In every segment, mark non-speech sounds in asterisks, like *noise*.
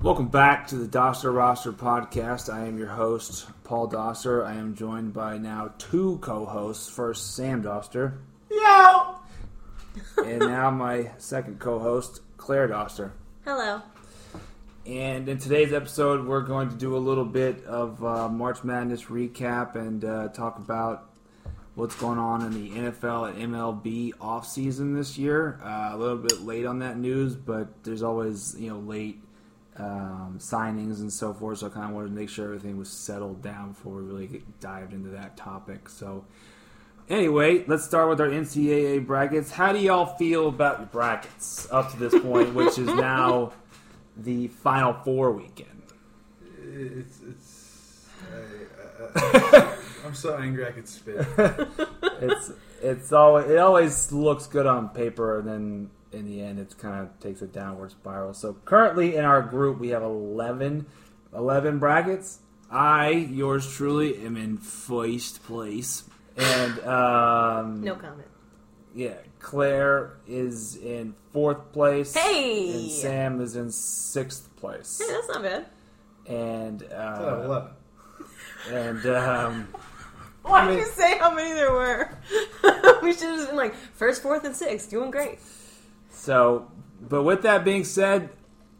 Welcome back to the Dosser Roster Podcast. I am your host, Paul Dosser. I am joined by now two co hosts. First, Sam Doster, Yo! and now my second co host, Claire Doster. Hello. And in today's episode, we're going to do a little bit of uh, March Madness recap and uh, talk about what's going on in the NFL and MLB offseason this year. Uh, a little bit late on that news, but there's always you know late um, signings and so forth. So I kind of wanted to make sure everything was settled down before we really get, dived into that topic. So. Anyway, let's start with our NCAA brackets. How do y'all feel about your brackets up to this point, which is now the Final Four weekend. It's it's. I, I, I'm so angry I *laughs* could spit. Uh, It's it's always it always looks good on paper, and then in the end, it kind of takes a downward spiral. So currently in our group, we have 11, 11 brackets. I, yours truly, am in first place, and um, No comment. yeah, Claire is in fourth place. Hey! and Sam is in sixth place, Hey, that's not bad. and Oh, uh, look. and um. Why mean- did you say how many there were? *laughs* we should have just been like first, fourth, and sixth. Doing great. So, but with that being said,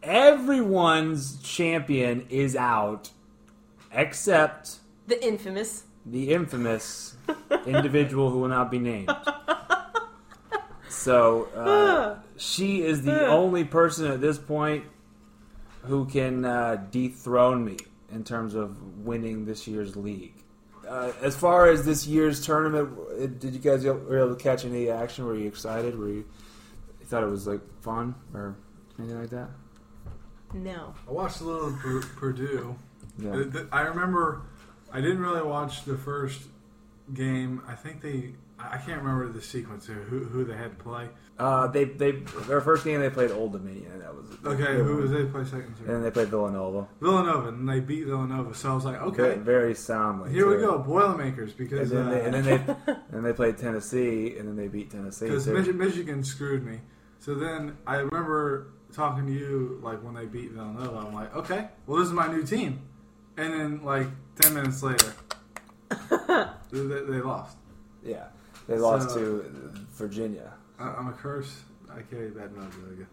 everyone's champion is out except The infamous. the infamous individual who will not be named. So, uh, she is the only person at this point who can uh, dethrone me in terms of winning this year's league. Uh, as far as this year's tournament, uh, did you guys were able to catch any action? Were you excited? Were you, you thought it was like fun or anything like that? No. I watched a little of Pur- Purdue. Yeah. The- the- I remember I didn't really watch the first game. I think they. I I can't remember the sequence of who, who they had to play. Uh, they they their first game they played Old Dominion. and That was Okay, who was they play second? And then Third? they played Villanova. Villanova, and they beat Villanova. So I was like, Very, okay, very soundly. here we too. go, Boilermakers, And because then, they, and uh, then they *laughs* and they played Tennessee, and then they beat Tennessee. Because too. Michi- Michigan screwed me. So then I remember talking to you like when they beat Villanova. I'm like, okay, well this is my new team. And then like ten *laughs* minutes later, they, they lost. yeah, they lost So- to Virginia. I, I'm a curse. I carry bad mood really good.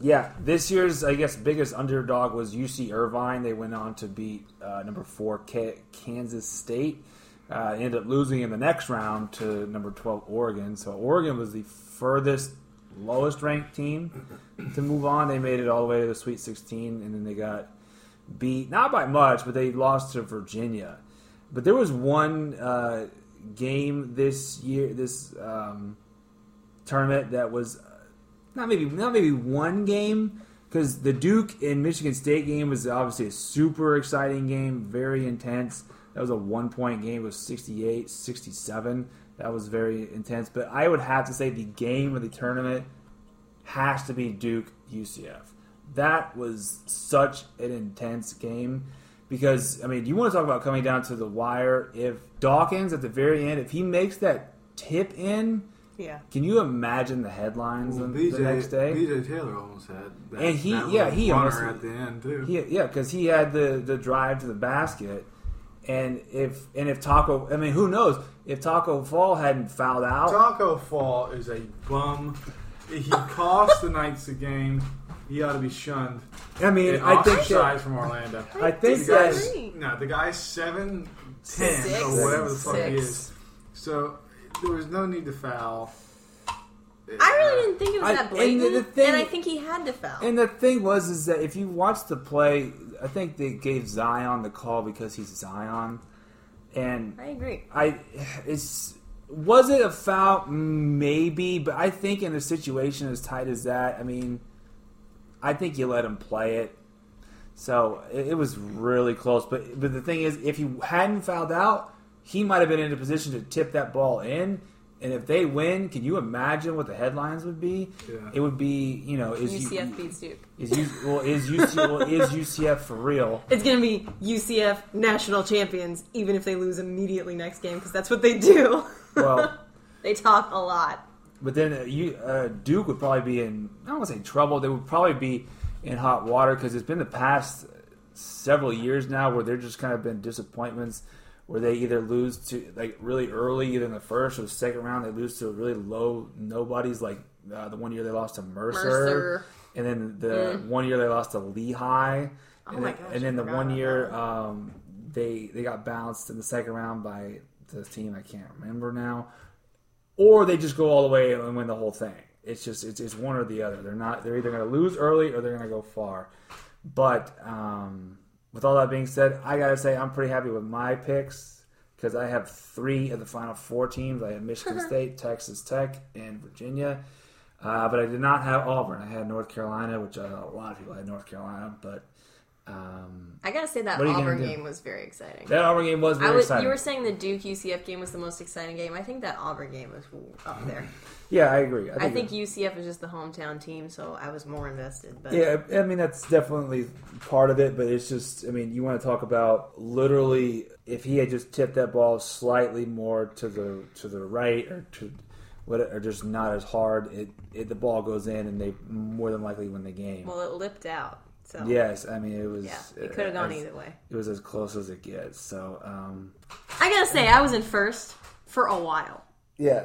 Yeah, this year's I guess biggest underdog was UC Irvine. They went on to beat uh, number four K- Kansas State. Uh, ended up losing in the next round to number twelve Oregon. So Oregon was the furthest, lowest ranked team to move on. They made it all the way to the Sweet Sixteen, and then they got beat not by much, but they lost to Virginia. But there was one uh, game this year, this um, tournament that was uh, not maybe not maybe one game because the Duke and Michigan State game was obviously a super exciting game, very intense. That was a one point game. It was 68 67. That was very intense. But I would have to say the game of the tournament has to be Duke UCF. That was such an intense game because I mean, you want to talk about coming down to the wire. If Dawkins at the very end, if he makes that tip in, Yeah. can you imagine the headlines Well, the- BJ, the next day? BJ Taylor almost had that. And he- that yeah, little he runner almost- at the end too. He, yeah, because he had the, the drive to the basket, and if and if Taco, I mean, who knows if Taco Fall hadn't fouled out? Taco Fall is a bum. He cost the Knights the game. He ought to be shunned. I mean, and I think that, ostracized from Orlando. I think The Disagree. that guy's no, the guy's seven ten Six. or whatever the fuck he Six. is. So there was no need to foul. I really didn't think it was I- that and the- blatant, and, the thing- I think he had to foul. And the thing was, is that if you watch the play, I think they gave Zion the call because he's Zion, and I agree. I it's was it a foul? Maybe, but I think in a situation as tight as that, I mean, I think you let him play it. So it, it was really close. But but the thing is, if he hadn't fouled out, he might have been in a position to tip that ball in. And if they win, can you imagine what the headlines would be? Yeah. It would be, you know, is U- UCF beats Duke. is U, well, is UC, well, is UCF for real? *laughs* It's gonna be UCF national champions, even if they lose immediately next game, because that's what they do. *laughs* Well, they talk a lot. But then uh, you, uh, Duke would probably be in, I don't want to say trouble, they would probably be in hot water because it's been the past several years now where they're just kind of been disappointments where they either lose to like really early either in the first or the second round they lose to really low nobodies like uh, the one year they lost to Mercer, Mercer. and then the one year they lost to Lehigh and, Oh my then, gosh, and I then the forgot one about year that. um, they they got bounced in the second round by the team I can't remember now or they just go all the way and win the whole thing. It's just it's, it's one or the other. They're not they're either going to lose early or they're going to go far. But um, with all that being said, I gotta say I'm pretty happy with my picks because I have three of the final four teams. I have *laughs* Michigan State, Texas Tech, and Virginia. Uh, but I did not have Auburn. I had North Carolina, which uh, a lot of people had North Carolina. But um, I gotta say that What are you gonna Auburn do? game was very exciting. that Auburn game was I very was, exciting. you were saying the Duke UCF game was the most exciting game. I think that Auburn game was Mm-hmm. up there. yeah, I agree. I think, I you- think UCF is just the hometown team, so I was more invested. But Yeah, I I mean that's definitely part of it, but it's just I mean you want to talk about literally if he had just tipped that ball slightly more to the to the right or to what or just not as hard, it, it the ball goes in and they more than likely win the game. well, it lipped out. So yes, Uh, I mean it was yeah, it could have gone as- either way. It was as close as it gets. So um, I gotta say, I was in first for a while. yeah,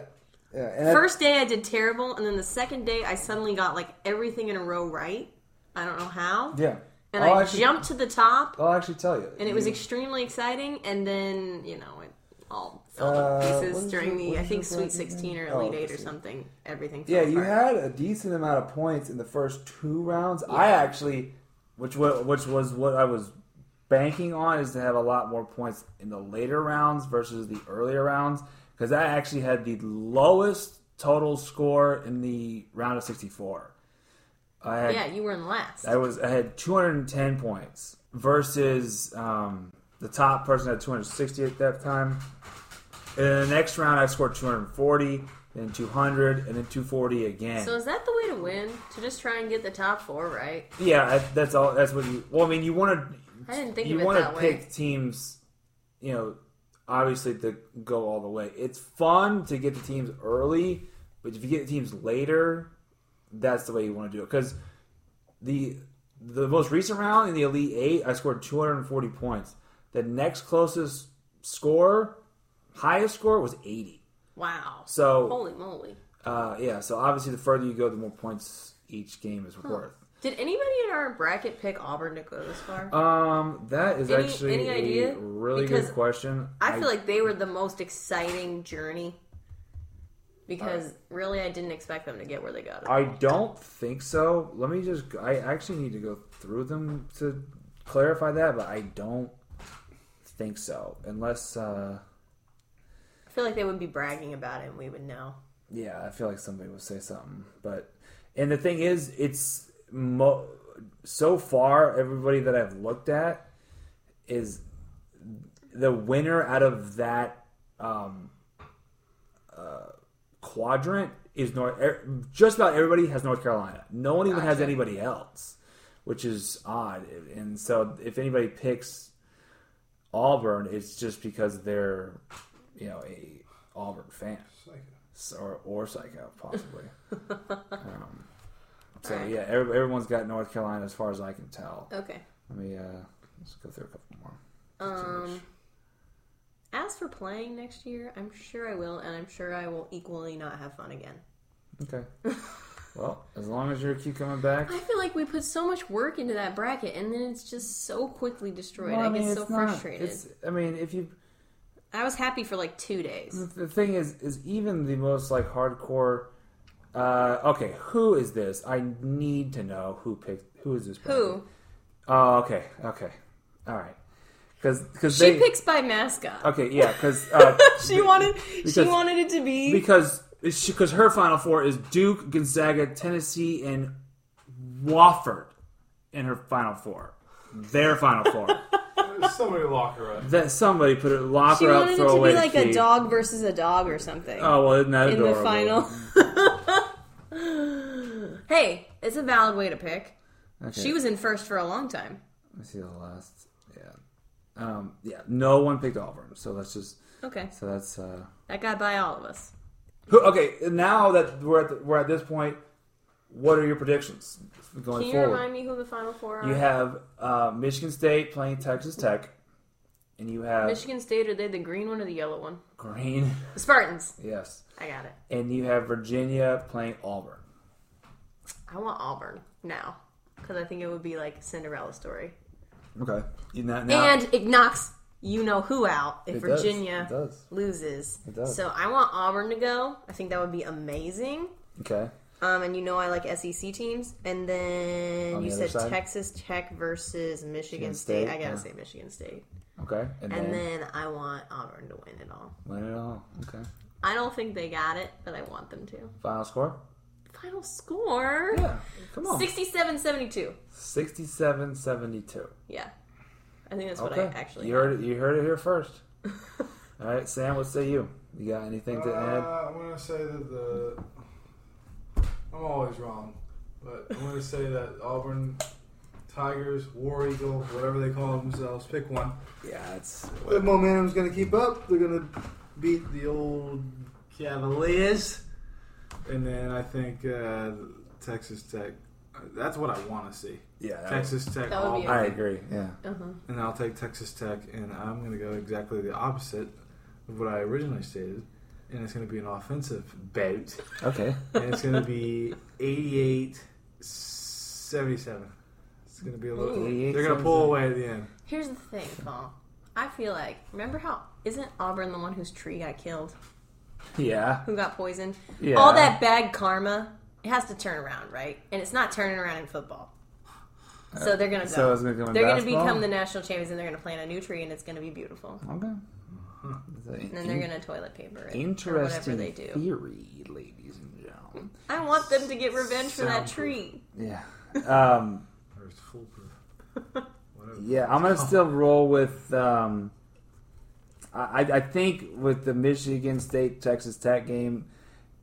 yeah. And I- First day I did terrible, and then the second day I suddenly got like everything in a row right. I don't know how. yeah, Oh, And I'll I actually, jumped to the top, I'll actually tell you. and it was extremely exciting. And then you know it all fell Uh, to what is pieces during your- what the I is think your bracket Sweet Sixteen or again? Oh, Elite Eight I or see. something. Everything. Fell Yeah, you had apart. a decent amount of points in the first two rounds. I actually, which was, which was what I was banking on, is to have a lot more points in the later rounds versus the earlier rounds because I actually had the lowest total score in the round of sixty-four. I had Yeah, you were in last. I was I had 210 points versus um, the top person had 260 at that time. And in the next round, I scored 240, then 200, and then 240 again. So is that the way to win? To just try and get the top four right? yeah, I, that's all. That's what you. Well, I mean, you want I didn't to think you of it want that to way. pick teams, you know, obviously to go all the way. It's fun to get the teams early, but if you get the teams later, that's the way you want to do it because the the most recent round in the elite eight i scored 240 points the next closest score highest score was 80 Wow. so Holy moly. uh, yeah so obviously the further you go the more points each game is worth Did anybody in our bracket pick Auburn to go this far? um that is Any- actually any idea? a really Because good question I feel like they were the most exciting journey because really I didn't expect them to get where they got. Uh, I don't think so. Let me just. I actually need to go through them to clarify that, but I don't think so. Unless, uh, I feel like they would be bragging about it and we would know. yeah, I feel like somebody would say something. But and the thing is, it's mo- so far everybody that I've looked at is the winner out of that um, uh, quadrant is North. er- Just about everybody has North Carolina. No one even has anybody else, which is odd. And so, if anybody picks Auburn, it's just because they're, you know, a Auburn fan S- or or psycho *laughs* possibly. um, so All right. yeah, every, everyone's got North Carolina as far as I can tell. Okay. Let me uh, let's go through a couple more. Um as for playing next year, I'm sure I will and I'm sure I will equally not have fun again. Okay. well, as long as you keep coming back. I feel like we put so much work into that bracket and then it's just so quickly destroyed. Well, I, get so it's not- frustrated. it's- I mean, if you I was happy for like two days. the thing is, is even the most like hardcore. Uh, okay, who is this? I need to know who picked. Who is this? Who? Oh, okay, okay, all right. Because because She they picks by mascot. okay yeah because uh, *laughs* She wanted she Because- wanted it to be because because her final four is Duke, Gonzaga, Tennessee, and Wofford in her final four. Their final *laughs* four. Somebody lock her up. that somebody put it lock She her up wanted it throw to away be the like key. a dog versus a dog or something Oh well, isn't that in adorable? the final. *laughs* hey, it's a valid way to pick. Okay. She was in first for a long time. Let me see the last. Yeah. Um, yeah. No one picked Auburn, so that's just. Okay, So that's. Uh, that got by all of us. who, okay. Now that we're at the, we're at this point, What are your predictions going Can you forward? remind me who the final four are? You have uh, Michigan State playing Texas Tech, and you have Michigan State. Are they the green one or the yellow one? Green, *laughs* The Spartans. yes, I got it. and you have Virginia playing Auburn. I want Auburn now because I think it would be like a Cinderella story. Okay, you know, now, And it knocks you know who out if It does, Virginia it does. loses. It does. So I want Auburn to go. I think that would be amazing. okay, Um, and you know I like SEC teams. And then On you the other said side? Texas Tech versus Michigan Michigan State. State, I yeah. gotta say Michigan State. okay, and, And then, then I want Auburn to win it all. win it all. Okay, I don't think they got it, but I want them to. final score. Final score Yeah, come on, 67-72. 67-72. Yeah. I think that's what Okay, I actually *laughs* you Uh-huh. heard it. You heard it here first. all right, Sam, what say you? You got anything to add? Uh, I'm gonna say that the I'm always wrong, but I'm gonna say that Auburn Tigers, War Eagle, whatever they call themselves, pick one. Yeah, it's The momentum's gonna keep up. They're gonna beat the old Cavaliers, and then I think uh, Texas Tech. That's what I want to see. yeah. that Texas Tech. That would be Auburn. I agree. Yeah. Uh-huh. And I'll take Texas Tech, and I'm going to go exactly the opposite of what I originally stated. And it's going to be an offensive bout. Okay. And it's going to *laughs* be 88 77. It's going to be a little. Ooh. They're going to pull away at the end. *laughs* Here's the thing, Paul. I feel like remember how isn't Auburn the one whose tree got killed, Yeah. who got poisoned? Yeah. All that bad karma, it has to turn around, right? And it's not turning around in football. So they're gonna go. so it's gonna come in they're gonna basketball? become the national champions, and they're gonna plant a new tree, and it's gonna be beautiful. Okay. *laughs* And then they're gonna tolet paper it, or whatever Interesting they do. theory, ladies and gentlemen. I want them to get revenge for that Soundproof. tree. Yeah. *laughs* Um, Or it's foolproof. *laughs* Whatever. yeah, I'm Oh. gonna still roll with. Um, I, I- I think with the Michigan State Texas Tech game,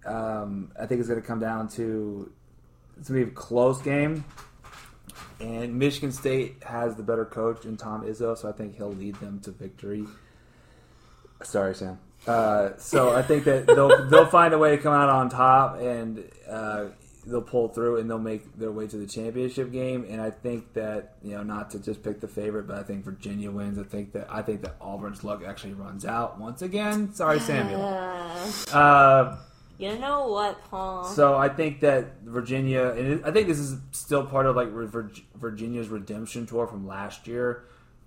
um, I think it's gonna come down to it's gonna be a close game, and Michigan State has the better coach in Tom Izzo, so I think he'll lead them to victory. Sorry, Sam. Uh, so I think that they'll they'll find a way to come out on top, and uh, they'll pull through, and they'll make their way to the championship game. And I think that you know, not to just pick the favorite, but I think Virginia wins. I think that I think that Auburn's luck actually runs out once again. Sorry, Samuel. Uh, Uh, you know what, Paul? so I think that Virginia, and it- I think this is still part of like Vir- Virginia's redemption tour from last year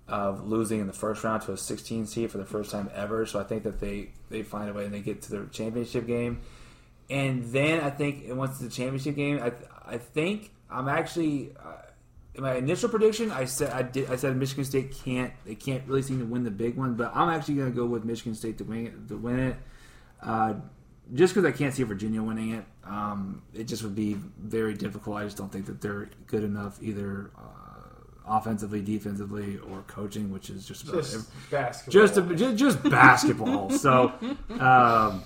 of losing in the first round to a 16 seed for the first time ever. So I think that they they find a way and they get to their championship game. And then I think once the championship game, I I think I'm actually uh, in my initial prediction. I said I did I said Michigan State can't they can't really seem to win the big one, but I'm actually going to go with Michigan State to win it, to win it. Uh, just because I can't see Virginia winning it, um, it just would be very difficult. I just don't think that they're good enough either uh, offensively, defensively, or coaching, which is just about every- Just basketball. just just, just basketball. so um,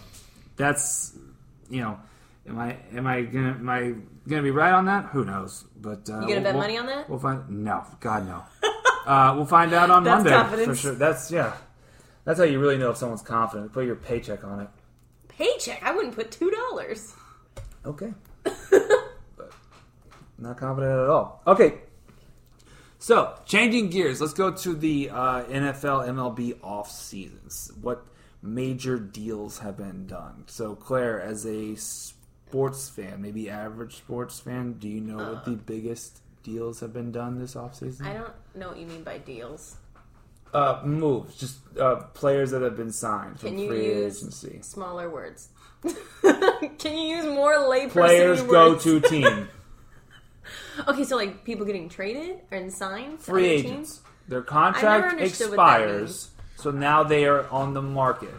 that's you know, am I am I gonna am I gonna be right on that? Who knows? But uh, you gonna bet money on that? We'll find no, God no. uh, we'll find out *laughs* on That's Monday for confidence. sure. That's yeah. That's how you really know if someone's confident. Put your paycheck on it. Paycheck. I wouldn't put two dollars. Okay. *coughs* But not confident at all. Okay. So, changing gears, let's go to the uh, NFL MLB off seasons. What major deals have been done? So, Claire, as a sports fan, maybe average sports fan, do you know what the biggest deals have been done this offseason? Uh. I don't know what you mean by deals. Uh, moves, just uh, players that have been signed from Can you free use- agency. Smaller words. *laughs* Can you use more layperson Players go words? to *laughs* team. Okay, so like people getting traded and signed. to free other agents. teams? Their I never contract understood what that expires, means. so now they are on the market.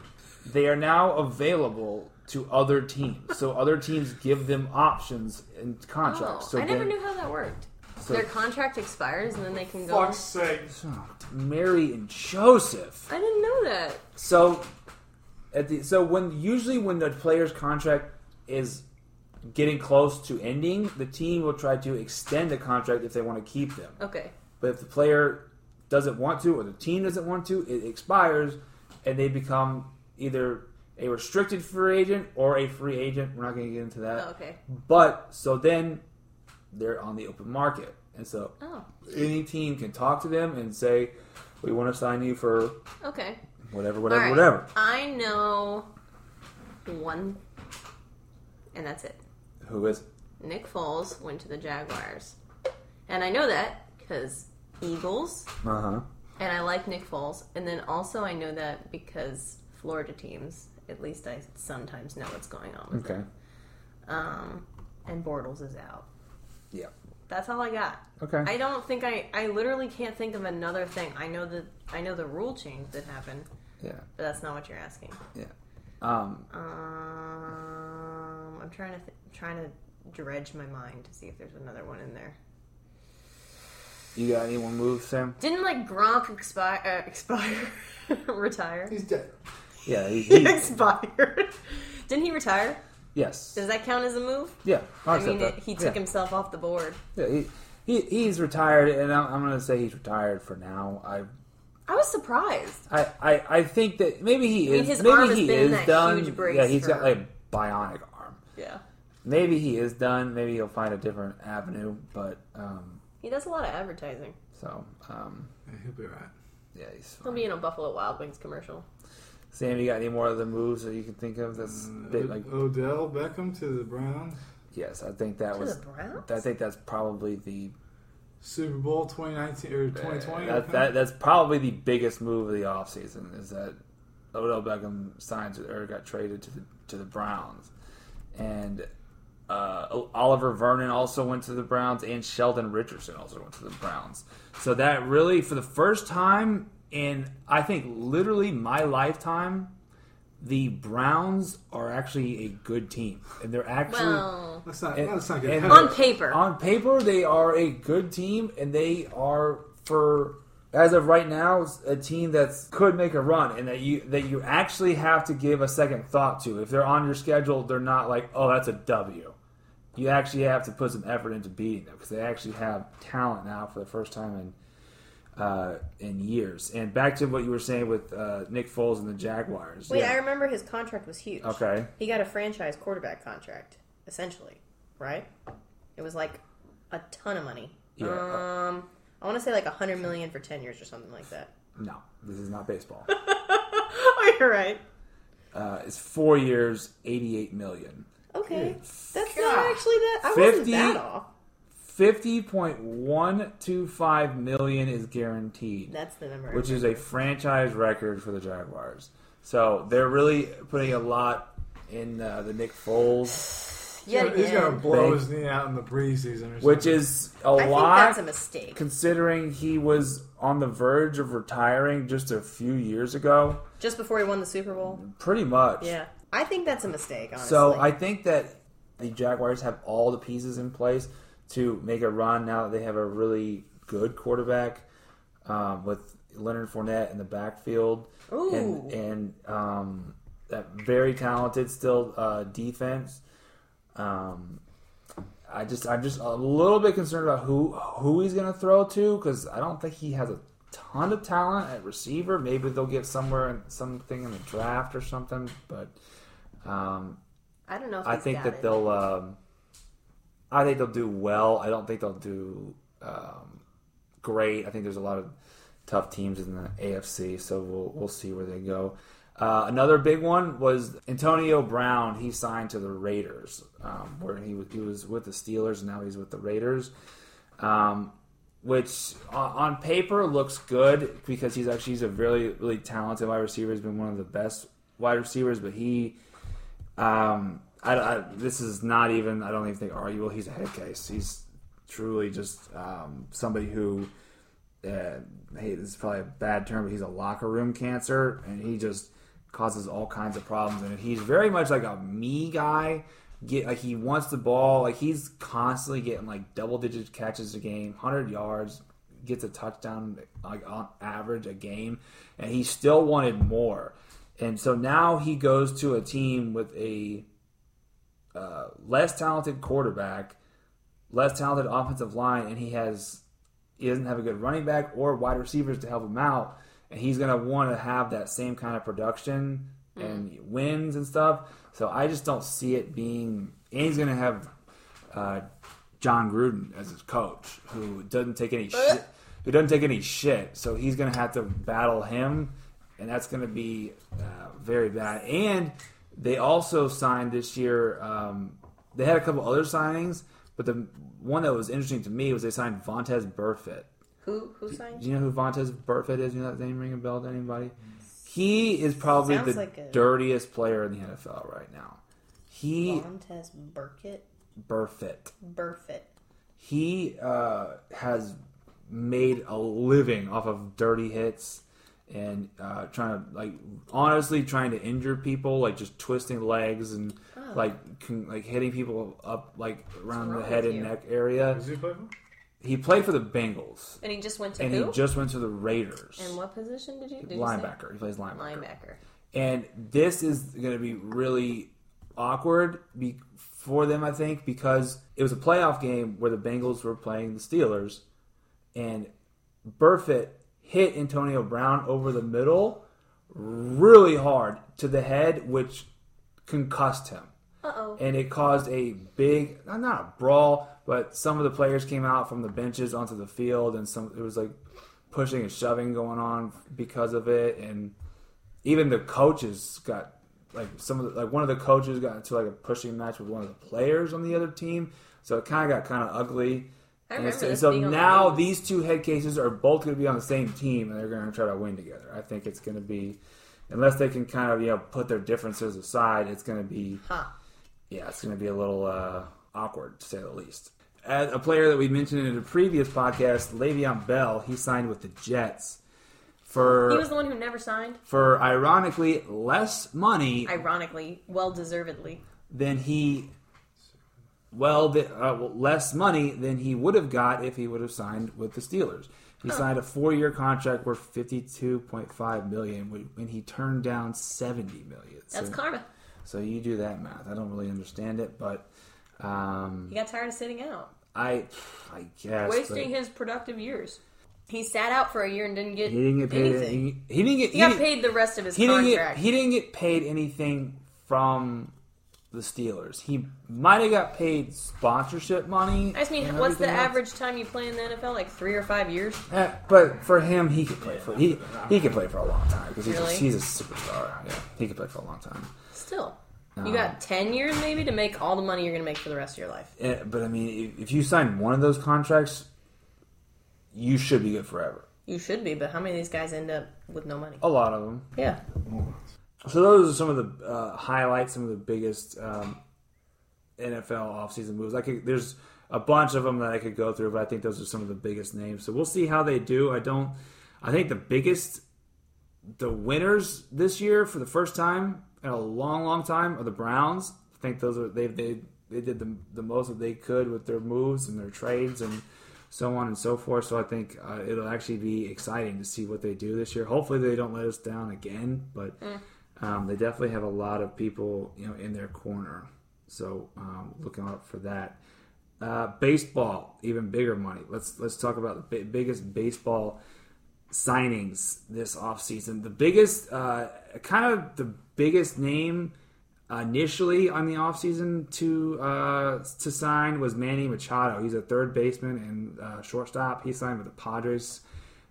They are now available to other teams, so other teams give them options and Oh, contracts. so I never then- knew how that worked. so- Their contract expires and then they can go. Fuck's sake. Oh, Mary and Joseph. I didn't know that. So, at the so when usually when the player's contract is getting close to ending, the team will try to extend the contract if they want to keep them. Okay, But if the player doesn't want to or the team doesn't want to, it expires and they become either a restricted free agent or a free agent. We're not going to get into that. Oh, okay. But so then they're on the open market, and so Oh, any team can talk to them and say, "We want to sign you for okay. whatever, whatever, All right. whatever." I know one, and that's it. Who is? Nick Foles went to the Jaguars, and I know that because Eagles, Uh huh. and I like Nick Foles, and then also I know that because Florida teams. At least I sometimes know what's going on. Okay. Um, and Bortles is out. Yeah. That's all I got. Okay. I don't think I. I literally can't think of another thing. I know the. I know the rule change that happened, yeah. but that's not what you're asking. Um. Um, I'm trying to th- trying to dredge my mind to see if there's another one in there. You got anyone move, Sam? Didn't like Gronk expire? Uh, expire? *laughs* retire? He's dead. Yeah. He, *laughs* He he, *laughs* expired. Didn't he retire? yes. Does that count as a move? Yeah. I, I accept mean, that. it, he took yeah. himself off the board. Yeah, he, he, he's retired, and I'm, I'm going to say he's retired for now. I I was surprised. I, I, I think that maybe he mean, is. his maybe arm has he been is that done. huge brace yeah, he's for- got like a bionic arm. Yeah, Maybe he is done. Maybe he'll find a different avenue. But um, he does a lot of advertising. so um, Yeah, he'll be right. yeah, he's He'll fine. be in a Buffalo Wild Wings commercial. Sam, you got any more other moves that you can think of? That's a bit like Odell Beckham to the Browns. yes, I think that To was. the Browns? I think that's probably the Super Bowl 2019 or 2020. Eh, I that, think. that that's probably the biggest move of the offseason is that Odell Beckham signs with- or got traded to the to the Browns, and uh, O- Oliver Vernon also went to the Browns, and Sheldon Richardson also went to the Browns. So that really, for the first time in I think literally my lifetime, the Browns are actually a good team, and they're actually Well, Let's not. And- let's not get and- ahead of on it. paper, on paper they are a good team and they are for as of right now a team that could make a run and that you that you actually have to give a second thought to if they're on your schedule they're not like oh that's a w you actually have to put some effort into beating them because they actually have talent now for the first time in uh, in years and back to what you were saying with uh, Nick Foles and the Jaguars Wait, Yeah. I remember his contract was huge. okay He got a franchise quarterback contract, essentially, right? It was like a ton of money. Yeah. Um, I want to say like a hundred million for ten years or something like that. no this is not baseball *laughs* *laughs* Oh, you're right. uh, it's four years 88 million Okay, that's God. not actually that. I wasn't 50? that off. Fifty point one two five million is guaranteed, That's the number. I which is a franchise record for the Jaguars. So they're really putting a lot in uh, the Nick Foles, remember. yet He's gonna again. blow They- his knee out in the preseason, or something. which is a I think lot that's a mistake. considering he was on the verge of retiring just a few years ago. Just before he won the Super Bowl. Pretty much. Yeah, I think that's a mistake. Honestly. So I think that the Jaguars have all the pieces in place to make a run now that they have a really good quarterback um, with Leonard Fournette in the backfield and, Ooh. and um, that very talented still uh, defense. Um, I just I'm just a little bit concerned about who who he's going to throw to because I don't think he has a ton of talent at receiver. Maybe they'll get somewhere in, something in the draft or something, but. Um, I don't know. If I he's think got that it. they'll. Um, I think they'll do well. I don't think they'll do um, great. I think there's a lot of tough teams in the AFC, so we'll we'll see where they go. Uh, another big one was Antonio Brown. He signed to the Raiders, um, where he was, he was with the Steelers, and now he's with the Raiders, um, which on, on paper looks good because he's actually he's a really really talented wide receiver. He's been one of the best wide receivers, but he um, I, I, this is not even. I don't even think arguable. He's a head case. He's truly just um, somebody who. Uh, hey, this is probably a bad term, but he's a locker room cancer, and he just causes all kinds of problems. And he's very much like a me guy. Get like he wants the ball. Like he's constantly getting like double digit catches a game, hundred yards, gets a touchdown like on average a game, and he still wanted more. And so now he goes to a team with a uh, less talented quarterback, less talented offensive line, and he has he doesn't have a good running back or wide receivers to help him out, and he's going to want to have that same kind of production and wins and stuff. So I just don't see it being. And he's going to have uh, John Gruden as his coach, who doesn't take any shit. Who doesn't take any shit. So he's going to have to battle him, and that's going to be uh, very bad. And they also signed this year. Um, they had a couple other signings, but the one that was interesting to me was they signed Vontez Burfitt. Who who signed? Do you know who Vontez Burfitt is? You know that name ring a bell to anybody? He is probably Sounds the like a- dirtiest player in the NFL right now. He Montez Burkett Burfitt. Burfitt. He uh, has made a living off of dirty hits and uh, trying to like honestly trying to injure people, like just twisting legs and like con- like hitting people up like around Oh. wrong the head with and you? neck area. Does he play for? He played for the Bengals And he just went to and who? he just went to the Raiders. and what position did you did linebacker. He plays You say? Linebacker. and this is going to be really awkward be- for them, I think, because it was a playoff game where the Bengals were playing the Steelers, and Burfitt hit Antonio Brown over the middle really hard to the head, which concussed him. Uh-oh. And it caused a big, not a brawl, but some of the players came out from the benches onto the field, and some it was like pushing and shoving going on because of it, and even the coaches got like some of the, like one of the coaches got into like a pushing match with one of the players on the other team, so it kind of got kind of ugly. I And remember so, this so being on the now news. these two head cases are both going to be on the same team, and they're going to try to win together. I think it's going to be, unless they can kind of you know put their differences aside, it's going to be Huh. yeah, it's going to be a little uh, awkward to say the least. As a player that we mentioned in a previous podcast, Le'Veon Bell, he signed with the Jets for He was the one who never signed. for ironically less money Ironically, well deservedly. than he well, the, uh, well less money than he would have got if he would have signed with the Steelers. He signed a four-year contract worth fifty-two point five million, when when he turned down seventy million. That's so, karma. so you do that math. I don't really understand it, but um, He got tired of sitting out, I, I guess but wasting his productive years. He sat out for a year and didn't get he didn't get paid. anything. He, he didn't get. He, got didn't- paid the rest of his he didn't get contract. he didn't get paid anything from the Steelers. He might have got paid sponsorship money. I just mean, and what's the everything else. average time you play in the NFL? Like three or five years? Eh, but for him, he could play for he he could play for a long time because he's, Really? a, he's a superstar. Yeah, he could play for a long time. Still. You got 10 years maybe to make all the money you're going to make for the rest of your life. Eh, but I mean, if, if you sign one of those contracts, you should be good forever. You should be, but how many of these guys end up with no money? A lot of them. Yeah. So those are some of the uh, highlights, some of the biggest um, NFL offseason moves. I could, there's a bunch of them that I could go through, but I think those are some of the biggest names. So we'll see how they do. I don't. I think the biggest, the winners this year for the first time in a long, long time are the Browns. I think those are they they they did the the most that they could with their moves and their trades and so on and so forth. So I think uh, it'll actually be exciting to see what they do this year. Hopefully they don't let us down again, but. Um, they definitely have a lot of people, you know, in their corner. So um, looking out for that. Uh, baseball, even bigger money. Let's let's talk about the bi- biggest baseball signings this offseason. The biggest, uh, kind of the biggest name initially on the offseason to uh, to sign was Manny Machado. He's a third baseman and uh, shortstop. He signed with the Padres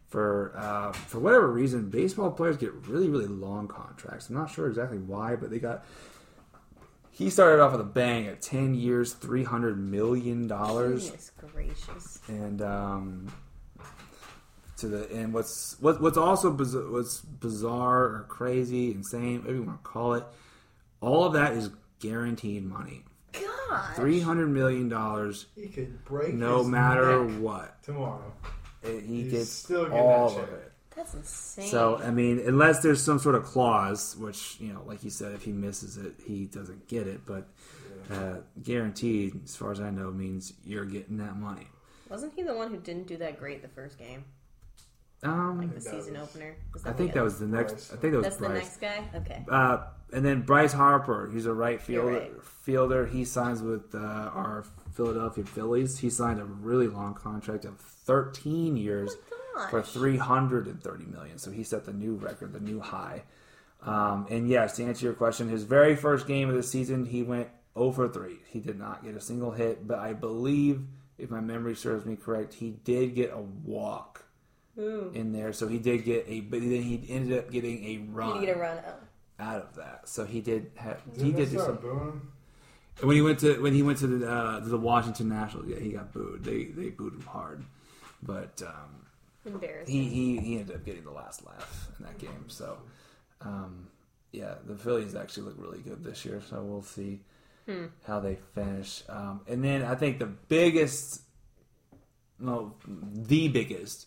for uh, for whatever reason. Baseball players get really really long contracts. I'm not sure exactly why, but they got. He started off with a bang at 10 years, 300 million dollars Goodness gracious. and um, to the and what's what, what's also bizarre, what's bizarre or crazy, insane, whatever you want to call it, all of that is guaranteed money. God. Three hundred million dollars, He could break no his matter neck what, tomorrow. It- he He's gets still getting all that of check. it. That's insane. So I mean, unless there's some sort of clause, which you know, like you said, if he misses it, he doesn't get it. But uh, guaranteed, as far as I know, means you're getting that money. Wasn't he the one who didn't do that great the first game? Um, Like the That season was- opener? I think that the- was the next. I think that was That's the Bryce. next guy? Okay. Uh, and then Bryce Harper, he's a right fielder. right. Fielder, he signs with uh, our Philadelphia Phillies. He signed a really long contract of 13 years Oh my for gosh. 330 million. So he set the new record, the new high. Um, and yes, to answer your question, his very first game of the season, he went 0 for 3. He did not get a single hit, but I believe, if my memory serves me correct, he did get a walk in there. So he did get a, but then he ended up getting a You run, need a run out. out of that. So he did have, Did he did do start some. booing? When he went to when he went to the uh, to the Washington Nationals, yeah, he got booed. They they booed him hard, but um, Embarrassing. he, he he ended up getting the last laugh in that game. So, um, yeah, the Phillies actually look really good this year. So we'll see how they finish. Um, and then I think the biggest, no, the biggest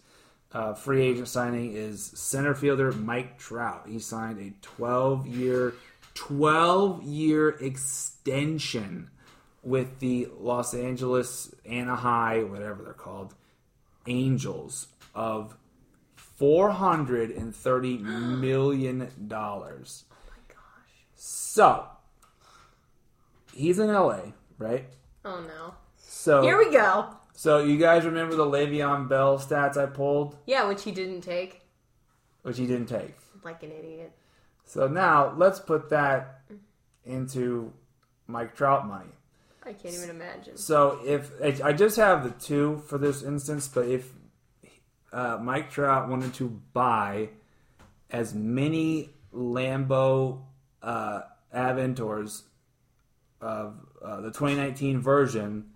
uh, free agent signing is center fielder Mike Trout. He signed a 12 year, 12 year extension with the Los Angeles Anaheim, whatever they're called, Angels of four hundred and thirty million dollars. So he's in LA, right? Oh no. So Here we go. so you guys remember the Le'Veon Bell stats I pulled, Yeah, which he didn't take. which he didn't take. Like an idiot. So now let's put that into Mike Trout money. I can't even imagine. So if I just have the two for this instance, but if uh, Mike Trout wanted to buy as many Lambo uh, Aventors of uh, the 2019 version,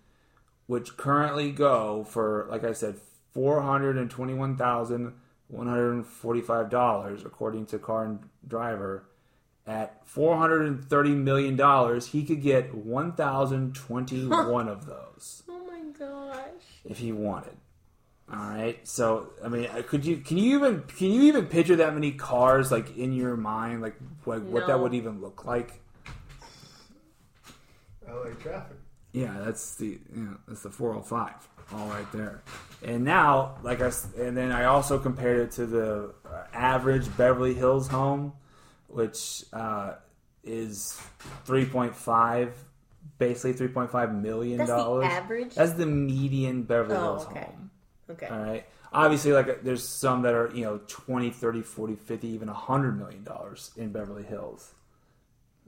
which currently go for, like I said, four hundred and twenty-one thousand one hundred and forty-five dollars, according to Car and Driver. At four hundred and thirty million dollars, he could get one thousand twenty-one of those Oh my gosh. if he wanted. All right. So I mean, uh, could you can you even can you even picture that many cars like in your mind like like what that No. would even look like? LA traffic. Yeah, that's the you know, that's the 405 all right there. And now, like I s- and then I also compared it to the uh, average Beverly Hills home, which uh, is 3.5 basically 3.5 million That's the dollars. average? That's the median Beverly Oh, Hills okay. home. Okay. All right. Obviously, like there's some that are you know 20, 30, 40, 50, even 100 million dollars in Beverly Hills.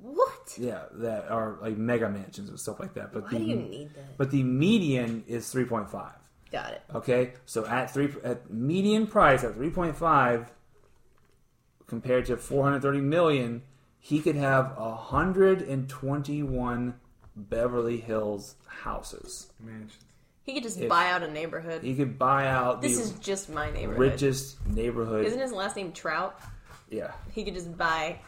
What? Yeah, that are like mega mansions and stuff like that. But Why the do you need that? but the median is 3.5. Got it. Okay, so at three at median price at 3.5 compared to 430 million, he could have 121 Beverly Hills houses. Mansions. He could just If- buy out a neighborhood. He could buy out This the is just my neighborhood. richest neighborhood. Isn't his last name Trout? yeah. He could just buy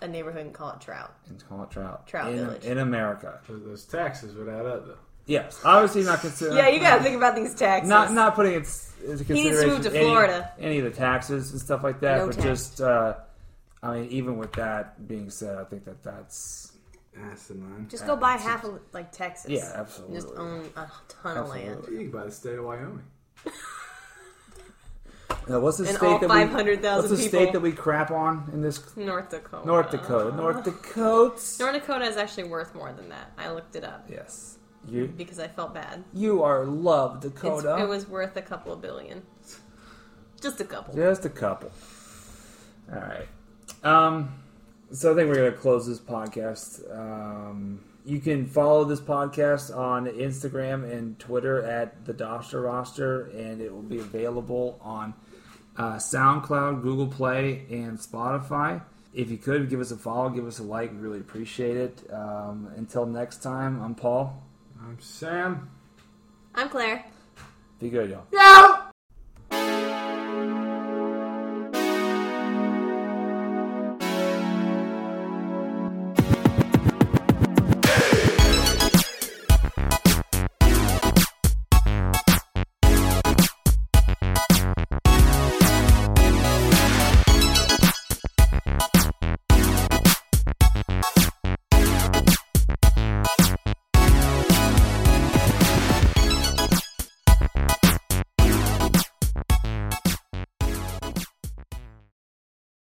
a neighborhood and call it Trout. and call it trout. Trout in, Village. in America. Those- Those taxes would add up, though. Yes, obviously not considering. Yeah, you gotta think about these taxes. Uh, not not putting it into consideration. needs to move to any- Florida. Any, of the taxes and stuff like that, No but tax. just uh, I mean, even with that being said, I think that that's Asinine. Just go buy half of like Texas. yeah, And absolutely. Just own a ton of land. Absolutely. You can buy the state of Wyoming. Now, what's the And state all that five we hundred what's thousand the people. state that we crap on in this North Dakota. North Dakota? North Dakota's. North Dakota is actually worth more than that. I looked it up yes, you because I felt bad. you are loved It's- Dakota. it was worth a couple of billion. Just a couple. Just a couple. All right. Um, so I think we're going to close this podcast. Um, you can follow this podcast on Instagram and Twitter at the Doster Roster, and it will be available on uh, SoundCloud, Google Play, and Spotify. If you could give us a follow, give us a like, we really appreciate it. Um, until next time, I'm Paul. I'm Sam. I'm Claire. Be good, y'all. No!